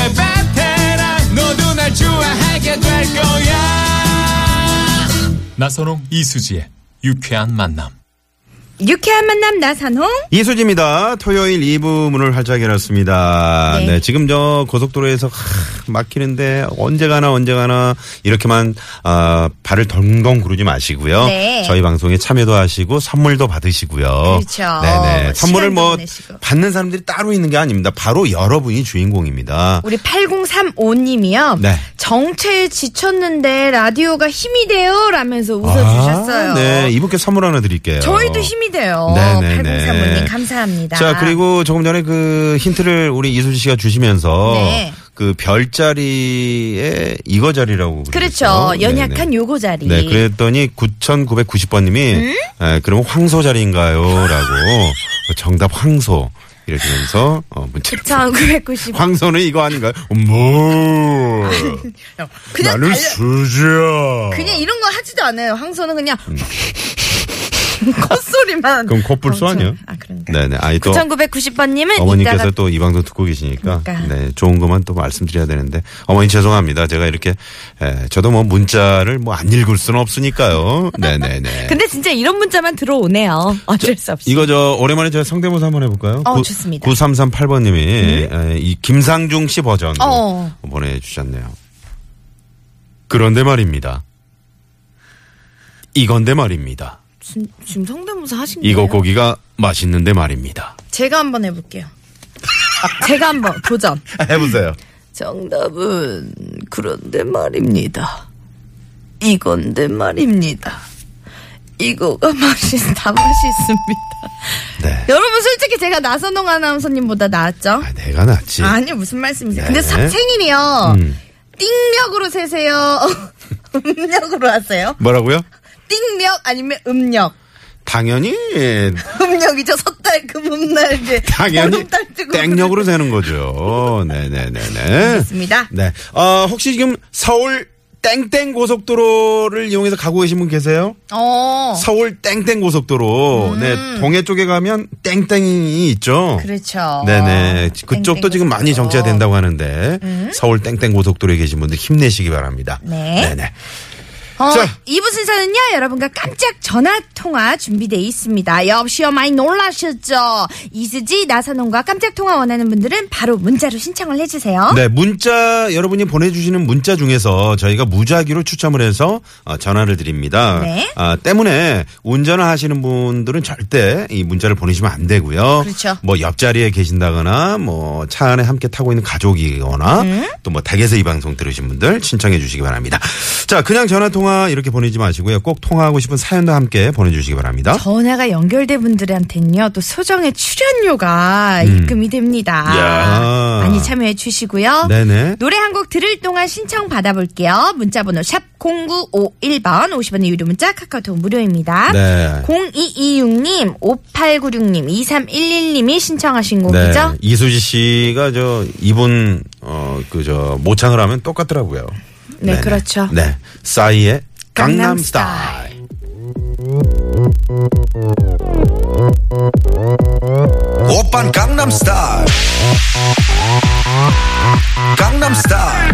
그 베테랑 너도 날 좋아하게 될 거야. 나선홍 이수지의 유쾌한 만남. 유쾌한 만남 나선홍. 이수지입니다. 토요일 2부 문을 활짝 열었습니다. 네. 네. 지금 저 고속도로에서 하, 막히는데 언제 가나 언제 가나 이렇게만 아, 발을 덩덩 구르지 마시고요. 네. 저희 방송에 참여도 하시고 선물도 받으시고요. 그렇죠. 네네. 선물을 시간도 뭐 보내시고. 받는 사람들이 따로 있는 게 아닙니다. 바로 여러분이 주인공입니다. 우리 8035님이요. 네. 정체에 지쳤는데 라디오가 힘이 돼요 라면서 웃어주셨어요. 아, 네. 이분께 선물 하나 드릴게요. 저희도 힘이 돼요. 네네네. 8035님 감사합니다. 자, 그리고 조금 전에 그 힌트를 우리 이수지 씨가 주시면서 네. 그 별자리에 이거자리라고 그렇죠. 그러셨어요. 연약한 네네. 요고 자리. 음? 네, 그랬더니 9,990번 님이 에, 그러면 황소 자리인가요라고 정답 황소 이러면서 어, 문자 990. 황소는 이거 아닌가요? 뭐 그냥 나는 달려- 수지야. 그냥 이런 거 하지도 않아요. 항소는 그냥 콧소리만. 그럼 콧불소 황소. 아니야? 아, 그런가. 네네. 아이 또 9990번님은 어머니께서 이따가 또 이 방송 듣고 계시니까 그러니까. 네, 좋은 것만 또 말씀드려야 되는데 어머니 죄송합니다. 제가 이렇게 에, 저도 뭐 문자를 뭐 안 읽을 수는 없으니까요. 네네네. 근데 진짜 이런 문자만 들어오네요. 어쩔 수 없이. 이거 저 오랜만에 제가 성대모사 한번 해볼까요? 어, 좋습니다. 네. 9338번님이 이 김상중 씨 버전 로 어. 보내주셨네요. 그런데 말입니다. 이건데 말입니다. 지금, 지금 성대모사 하신 거예요? 이거 고기가 맛있는데 말입니다. 제가 한번 해볼게요. 제가 한번 도전. 해보세요. 정답은 그런데 말입니다. 이건데 말입니다. 이거가 맛이 다 맛있습니다. 네. 여러분 솔직히 제가 나선홍 아나운서님보다 나았죠? 아, 내가 낫지. 아니 무슨 말씀이세요? 근데 네. 음. 사- 생일이요. 띵력으로 세세요. 음력으로 하세요? 뭐라고요? 띵력 아니면 음력? 당연히 예, 음력이죠. 섣달 금음날 이제 당연히 보름달 뜨고 땡력으로 되는 거죠. 네네네네. 그렇습니다. 네. 어, 혹시 지금 서울 땡땡 고속도로를 이용해서 가고 계신 분 계세요? 어. 음. 서울 땡땡 고속도로. 네. 동해 쪽에 가면 땡땡이 있죠. 그렇죠. 네네. 그쪽도 땡땡 지금 많이 고속도로. 정체가 된다고 하는데 서울 땡땡 고속도로에 계신 분들 힘내시기 바랍니다. 네. 네 어, 자. 이부 순서는요, 여러분과 깜짝 전화 통화 준비되어 있습니다. 역시요, 어, 많이 놀라셨죠? 이수지, 나선홍과 깜짝 통화 원하는 분들은 바로 문자로 신청을 해주세요. 네, 문자 여러분이 보내주시는 문자 중에서 저희가 무작위로 추첨을 해서 어, 전화를 드립니다. 네. 아, 때문에 운전을 하시는 분들은 절대 이 문자를 보내시면 안 되고요. 그렇죠. 뭐 옆자리에 계신다거나 뭐 차 안에 함께 타고 있는 가족이거나 음. 또 뭐 댁에서 이 방송 들으신 분들 신청해 주시기 바랍니다. 자, 그냥 전화 통화 이렇게 보내지 마시고요. 꼭 통화하고 싶은 사연도 함께 보내주시기 바랍니다. 전화가 연결된 분들한테는요, 또 소정의 출연료가 입금이 됩니다. 음. 이야. 많이 참여해 주시고요. 네네. 노래 한 곡 들을 동안 신청 받아볼게요. 문자번호 샵 0951번, 50원의 유료 문자, 카카오톡 무료입니다. 네. 0226님, 5896님, 2311님이 신청하신 곡이죠? 네. 이수지 씨가 저 이분 어그저 모창을 하면 똑같더라고요. 네, 네네. 그렇죠. 네. 싸이의 강남 강남 스타일. 스타일. 오빤 강남스타일 강남스타일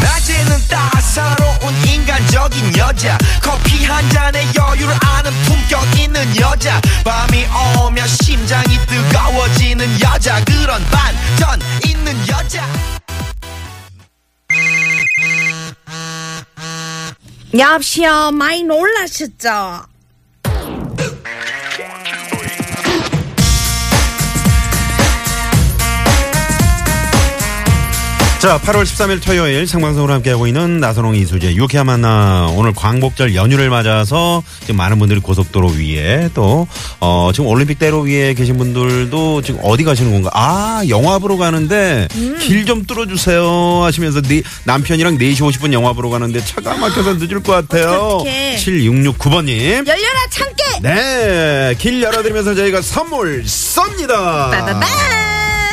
낮에는 따사로운 인간적인 여자 커피 한 잔에 여유를 아는 품격 있는 여자 밤이 오면 심장이 뜨거워지는 여자 그런 반전 있는 여자 네. 여보세요, 많이 놀라셨죠? 자, 8월 13일 토요일 생방송으로 함께하고 있는 나선홍 이수재 유쾌한 만나 오늘 광복절 연휴를 맞아서 지금 많은 분들이 고속도로 위에 또 어, 지금 올림픽대로 위에 계신 분들도 지금 어디 가시는 건가? 아, 영화보러 가는데 음. 길 좀 뚫어 주세요 하시면서 네, 남편이랑 4시 50분 영화보러 가는데 차가 막혀서 늦을 것 같아요. 어떡해. 7669번 님. 열려라 참깨 네, 길 열어드리면서 저희가 선물 쏩니다. 빠바밤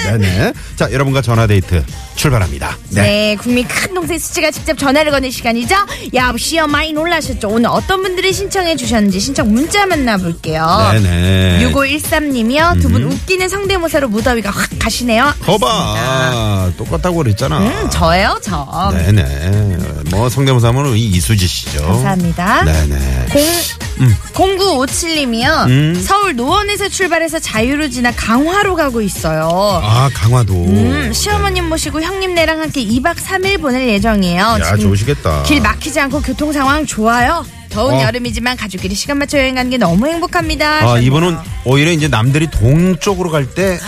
네네. 자, 여러분과 전화데이트 출발합니다. 네. 국민 큰 동생 수지가 직접 전화를 거는 시간이죠. 야, 시어 많이 놀라셨죠? 오늘 어떤 분들이 신청해 주셨는지 신청 문자 만나볼게요. 네네. 음. 6513님이요. 두 분 웃기는 성대모사로 무더위가 확 가시네요. 거봐. 똑같다고 그랬잖아. 음, 저예요, 저. 네네. 뭐 성대모사 하면 이 이수지 씨죠. 감사합니다. 네네. 공, 음. 0957님이요. 서울 노원에서 출발해서 자유로 지나 강화로 가고 있어요. 아, 강화도. 음, 시어머님 모시고 형님네랑 함께 2박 3일 보낼 예정이에요. 야, 지금 좋으시겠다. 길 막히지 않고 교통 상황 좋아요. 더운 어. 여름이지만 가족끼리 시간 맞춰 여행 가는 게 너무 행복합니다. 아, 하셨네요. 이번은 오히려 이제 남들이 동쪽으로 갈 때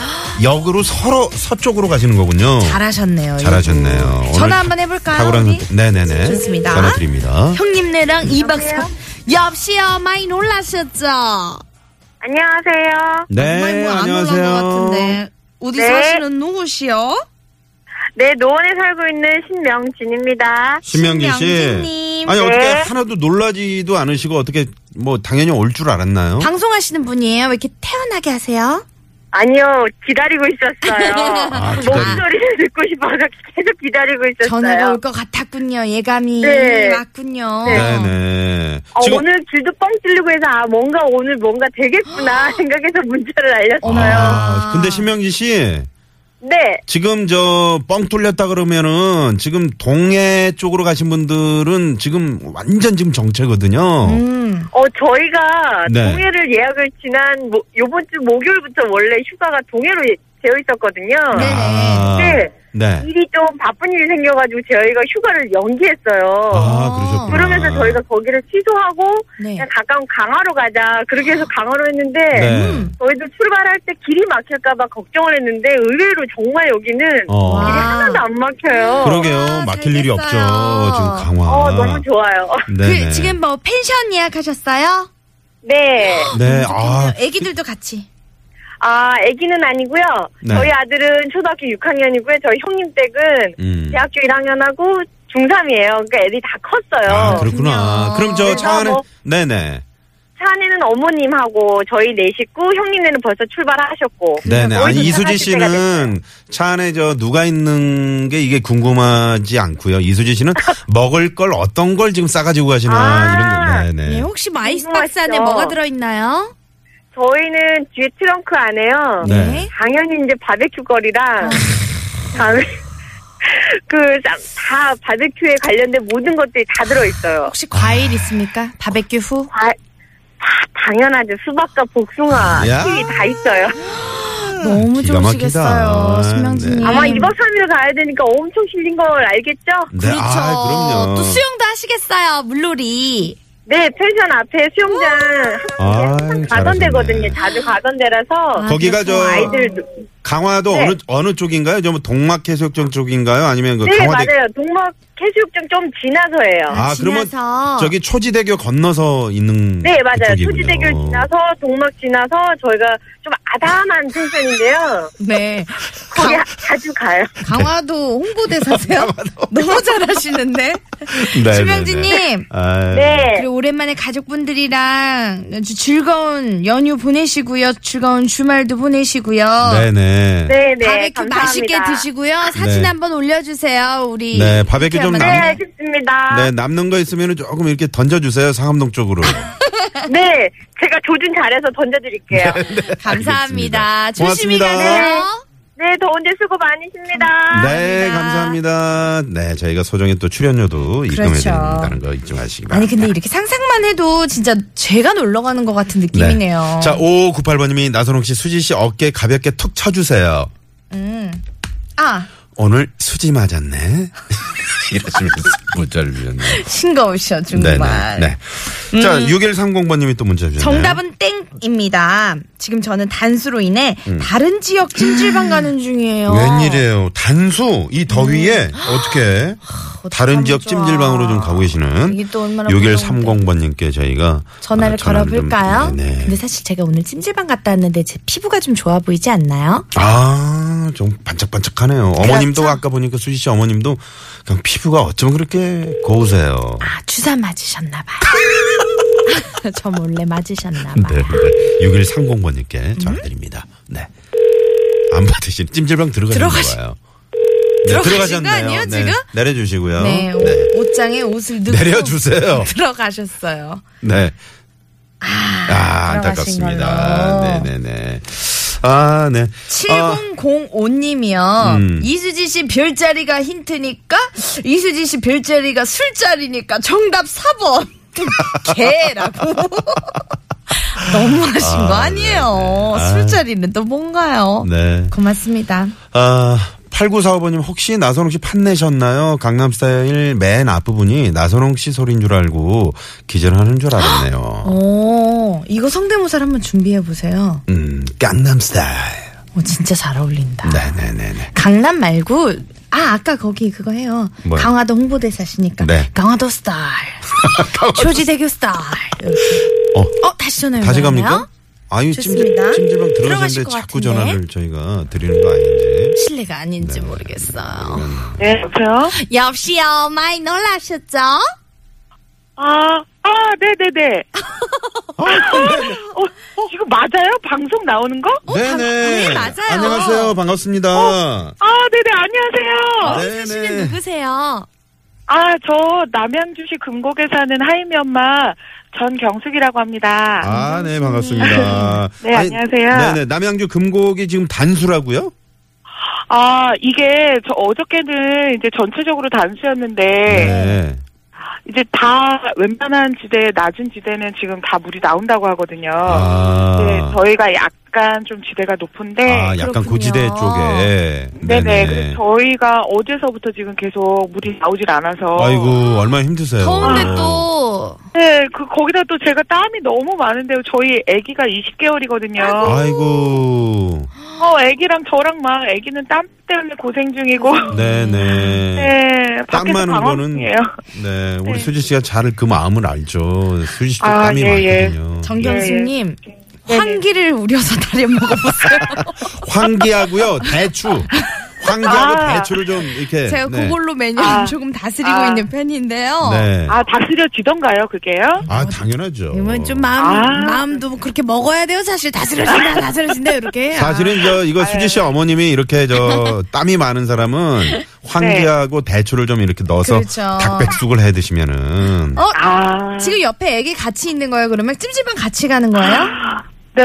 역으로 서로 서쪽으로 가시는 거군요. 잘하셨네요. 잘하셨네요. 이분. 오늘 전화 한번 해볼까요? 탁월한 우리? 선택. 네네네. 좋습니다. 전화 드립니다. 형님네랑 2박 3일. 엽시요, 많이 놀라셨죠? 안녕하세요. 정말 네, 뭐안 안녕하세요. 놀란 것 같은데. 어디 네. 사시는 누구시요? 네, 노원에 살고 있는 신명진입니다. 신명진 씨. 신명진님. 아니 네. 어떻게 하나도 놀라지도 않으시고 어떻게 뭐 당연히 올 줄 알았나요? 방송하시는 분이에요? 왜 이렇게 태연하게 하세요? 아니요, 기다리고 있었어요. 아, 기다리- 목소리를 듣고 싶어서 계속 기다리고 있었어요. 전화가 올 것 같았군요. 예감이 네. 왔군요. 네네. 어, 지금 오늘 귀도 뻥 뚫리고 해서 아 뭔가 오늘 뭔가 되겠구나 생각해서 문자를 알렸어요. 아, 근데 신명진 씨 네, 지금 저 뻥 뚫렸다 그러면은 지금 동해 쪽으로 가신 분들은 지금 완전 지금 정체거든요. 음, 어 저희가 네. 동해를 예약을 지난 모, 요번 주 목요일부터 원래 휴가가 동해로 예- 되어 있었거든요. 아, 네. 네. 일이 좀 바쁜 일이 생겨가지고 저희가 휴가를 연기했어요. 아, 그러셨구나. 그러면서 저희가 거기를 취소하고 네. 그냥 가까운 강화로 가자 그렇게 해서 강화로 했는데 네. 저희도 출발할 때 길이 막힐까봐 걱정을 했는데 의외로 정말 여기는 어. 길이 와. 하나도 안 막혀요. 그러게요. 아, 막힐 일이 없죠. 재밌어요. 지금 강화. 어 너무 좋아요. 네네. 그, 지금 뭐 펜션 예약하셨어요? 그 네. 네. 어, 아, 애기들도 같이. 아 아기는 아니고요. 네. 저희 아들은 초등학교 6학년이고요. 저희 형님 댁은 음. 대학교 1학년하고 중3이에요. 그러니까 애들이 다 컸어요. 아, 그렇구나. 그렇군요. 그럼 저 그래서 차 안에 뭐- 네네. 차 안에는 어머님하고 저희 네 식구, 형님네는 벌써 출발하셨고. 네네. 거의 아니, 도착하실 이수지 때가 됐어요. 씨는 차 안에 저 누가 있는 게 이게 궁금하지 않고요. 이수지 씨는 먹을 걸 어떤 걸 지금 싸가지고 가시나 아, 이런 거. 네, 네네. 혹시 뭐 아이스박스 궁금하시죠? 안에 뭐가 들어있나요? 저희는 뒤에 트렁크 안에요. 네. 당연히 이제 바베큐 거리랑 다음에 그 그다 바베큐에 관련된 모든 것들이 다 들어 있어요. 아, 혹시 아. 과일 있습니까? 바베큐 후? 다 당연하죠. 수박과 복숭아, 야. 키위 다 있어요. 너무 음. 기가 막히다. 좋으시겠어요. 신명진님. 네. 아마 2박 3일 가야 되니까 엄청 실린 걸 알겠죠? 네. 그렇죠. 아, 그럼요. 또 수영도 하시겠어요. 물놀이. 네, 펜션 앞에 수영장 아이, 항상 가던 음. 잘하셨네. 데거든요. 자주 가던 데라서 뭐 거기가 뭐 저 아이들 강화도 네. 어느 어느 쪽인가요? 저 뭐 동막해수욕장 쪽인가요? 아니면 그 네 강화대 맞아요. 동막 해수욕장 좀 지나서예요. 아, 그러면 지나서. 저기 초지대교 건너서 있는 네, 맞아요. 그쪽이군요. 초지대교를 지나서 동막 지나서 저희가 좀 아담한 펜션인데요. 네. 거기 하- 자주 가요. 강화도 홍보대사세요? 너무 잘하시는데? 네, 네, 네. 신명진님. 아유. 네. 그리고 오랜만에 가족분들이랑 아주 즐거운 연휴 보내시고요. 즐거운 주말도 보내시고요. 네네. 네, 네. 바베큐 감사합니다. 맛있게 드시고요. 사진 네. 한번 올려주세요. 우리 네, 바베큐 이렇게 좀 하면 네, 남- 안 돼요? 알겠습니다. 네, 네. 남는 거 있으면 조금 이렇게 던져주세요. 상암동 쪽으로. 네. 제가 조준 잘해서 던져드릴게요. 네, 감사합니다. 알겠습니다. 조심히 고맙습니다. 가세요. 네, 더운데 수고 많으십니다. 아, 네, 감사합니다. 네, 저희가 소정의 또 출연료도 입금해드린다는 거 잊지 마시기 바랍니다. 그렇죠. 아니 근데 이렇게 상상만 해도 진짜 제가 놀러 가는 것 같은 느낌이네요. 자, 5598번님이 나선홍 씨, 수지 씨 어깨 가볍게 툭 쳐주세요. 아 오늘 수지 맞았네. 이러시면서 문자를 주셨네요. 싱거우셔 네네. 정말. 음. 네. 자, 6130번님이 또 문자 주셨네요. 정답은 땡입니다. 지금 저는 단수로 인해 다른 지역 찜질방 가는 중이에요. 음. 웬일이에요. 단수 이 더위에 어떻게 다른 음. 어떡하면 지역 그 좋아. 찜질방으로 좀 가고 계시는 이게 또 얼마나 6130번님께 저희가 전화를 어, 전화를 좀- 걸어볼까요? 네, 네. 근데 사실 제가 오늘 찜질방 갔다 왔는데 제 피부가 좀 좋아 보이지 않나요? 아, 좀 반짝반짝하네요. 그렇죠? 어머님도 아까 보니까 수지 씨 어머님도 그냥 피부가 어쩜 그렇게 고우세요. 아 주사 맞으셨나 봐요. 저 몰래 맞으셨나 네, 봐요. 네. 6130번님께 전화드립니다. 네. 안 받으시는 찜질방 들어가신 들어가시- 거예요. 들어가신 거 아니에요, 네, 지금? 내려주시고요. 네, 옷- 네. 옷장에 옷을 넣고 내려주세요. 들어가셨어요. 네. 아, 들어가신 안타깝습니다. 걸로. 네네네. 아, 네. 아, 7005님이요. 음. 이수지 씨 별자리가 힌트니까 이수지 씨 별자리가 술자리니까 정답 4번. 개라고. 너무하신 거 아니에요. 아. 술자리는 또 뭔가요? 네. 고맙습니다. 아, 8945번님 혹시 나선홍 씨 판내셨나요? 강남스타일 맨 앞부분이 나선홍 씨 소리인 줄 알고 기절하는 줄 알았네요. 오, 이거 성대모사를 한번 준비해 보세요. 음, 강남스타일. 오, 진짜 잘 어울린다. 네네네네. 강남 말고 아 아까 거기 그거 해요. 뭐요? 강화도 홍보대사시니까 네. 강화도 스타일, 조지대교 스타일. 이렇게. 어, 어 다시 전화 다시 연결하나요? 갑니까? 아유, 찜질, 좋습니다. 찜질방 들어오셨는데 들어가실 것 자꾸 같은데. 전화를 저희가 드리는 거 아닌지. 실례가 아닌지 네. 모르겠어요. 네, 여보세요? 역시요 많이 놀라셨죠? 아, 아, 네네네. 아, 네, 어, 어, 이거 맞아요? 방송 나오는 거? 네네. 어, 방- 맞아요. 어, 안녕하세요. 반갑습니다. 아, 네네, 안녕하세요. 아, 네네. 누구세요? 아, 저 남양주시 금곡에 사는 하이미 엄마 전경숙이라고 합니다. 아, 네, 반갑습니다. 네, 안녕하세요. 네네. 남양주 금곡이 지금 단수라고요? 아, 이게 저 어저께는 이제 전체적으로 단수였는데 네. 이제 다 웬만한 지대 낮은 지대는 지금 다 물이 나온다고 하거든요. 아. 네, 저희가 약간 좀 지대가 높은데 아, 약간 그렇군요. 고지대 쪽에. 네네. 그렇죠. 그래서 저희가 어제서부터 지금 계속 물이 나오질 않아서. 아이고, 얼마나 힘드세요. 더운데 또 네, 그, 거기다 또 제가 땀이 너무 많은데요. 저희 아기가 20개월이거든요. 아이고. 어, 아기랑 저랑 막 아기는 땀 때문에 고생 중이고. 네네. 네, 음. 땀 밖에서 많은 방황 거는. 중이에요. 네, 우리 수지 씨가 잘 그 마음을 알죠. 수지 씨도 아, 땀이 예, 예. 많거든요. 네. 정경수님 네네. 환기를 우려서 다리 먹어보세요. 황기하고요, 대추. 황기하고 아. 대추를 좀 이렇게. 제가 네. 그걸로 메뉴를 아. 조금 다스리고 아. 있는 편인데요. 네. 아, 다스려지던가요, 그게요? 아, 당연하죠. 이건 좀 마음 아. 마음도 그렇게 먹어야 돼요. 사실 다스려진다 다스려진다 이렇게. 사실은 저 이거 수지 씨 어머님이 이렇게 저 땀이 많은 사람은 황기하고 대추를 좀 이렇게 넣어서 그렇죠. 닭백숙을 해 드시면은 어 아. 지금 옆에 애기 같이 있는 거예요? 그러면 찜질방 같이 가는 거예요? 네,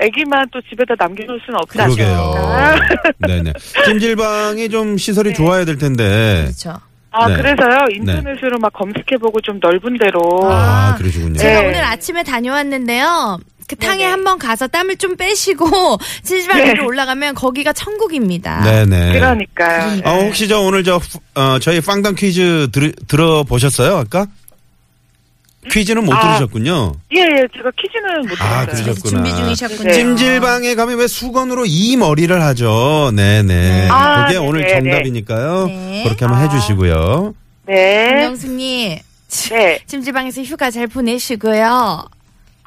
아기만 또 집에다 남겨놓을 수는 없지 그러게요. 않습니까? 네네. 찜질방이 좀 시설이 좋아야 될 텐데. 그렇죠. 아, 네. 그래서요, 인터넷으로 막 검색해보고 좀 넓은 데로. 아, 그러시군요. 제가 네. 오늘 아침에 다녀왔는데요. 그 탕에 네네. 한번 가서 땀을 좀 빼시고 찜질방 네. 위로 올라가면 거기가 천국입니다. 네네. 그러니까요. 아, 혹시 저 오늘 저 후- 어, 저희 빵당 퀴즈 들, 들어보셨어요 아까? 퀴즈는 못 아. 들으셨군요. 예, 예, 제가 퀴즈는 못했어요. 아, 그래서 그러셨구나. 준비 중이셨군요. 네. 찜질방에 가면 왜 수건으로 이 머리를 하죠? 네네. 아, 그게 네네, 오늘 네. 아. 정답이니까요. 네. 그렇게 한번 해주시고요. 네. 김영숙님 치- 네. 찜질방에서 휴가 잘 보내시고요.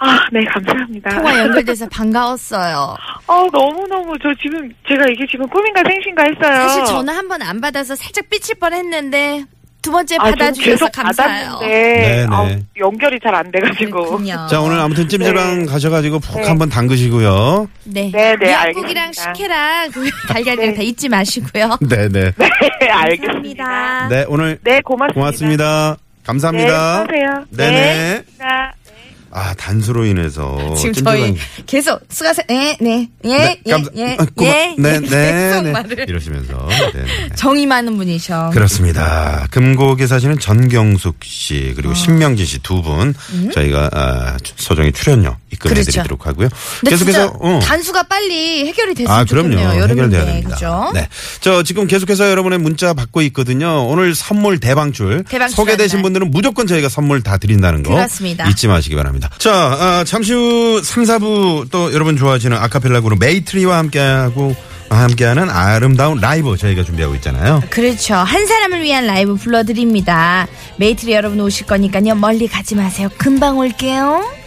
아, 네, 감사합니다. 통화 연결돼서 반가웠어요. 어, 너무너무, 저 지금, 제가 이게 지금 꿈인가 생신가 했어요. 사실 전화 한 번 안 받아서 살짝 삐칠 뻔했는데 두 번째 아, 저는 받아주셔서 계속 감사해요. 네, 받았는데, 네, 아우, 네. 연결이 잘 안 돼가지고. 그렇군요. 자 오늘 아무튼 찜질방 네. 가셔가지고 푹 네. 한번 담그시고요. 네. 네, 네, 미역국이랑 알겠습니다. 식혜랑 그 달걀이랑 다 잊지 마시고요. 네네. 네, 알겠습니다. 감사합니다. 네 오늘 네, 고맙습니다. 고맙습니다. 네, 감사합니다. 수고하세요. 네네. 네. 감사합니다. 아 단수로 인해서 지금 저희 찜질방이- 계속 수가세 네네예예예예 어, 예. 네, 감사- 아, 고마- 예. 네, 네, 네. 이러시면서 네, 네. 정이 많은 분이셔. 그렇습니다. 금고에 사시는 전경숙 씨 아. 그리고 신명진 씨 두 분 예? 저희가 아, 소정의 출연료 입금해드리도록 하고요. 그렇죠. 근데 진짜 계속해서 어. 단수가 빨리 해결이 됐으면 아, 그럼요. 좋겠네요. 여름인데, 해결돼야 됩니다. 그죠? 네. 저 지금 계속해서 여러분의 문자 받고 있거든요. 오늘 선물 대방출. 대방출 소개되신 하는 날. 분들은 무조건 저희가 선물 다 드린다는 거. 그렇습니다. 잊지 마시기 바랍니다. 자, 아, 잠시 후 3, 4부 또 여러분 좋아하시는 아카펠라 그룹 메이트리와 함께하고 함께하는 아름다운 라이브 저희가 준비하고 있잖아요. 그렇죠. 한 사람을 위한 라이브 불러드립니다. 메이트리 여러분 오실 거니까요. 멀리 가지 마세요. 금방 올게요.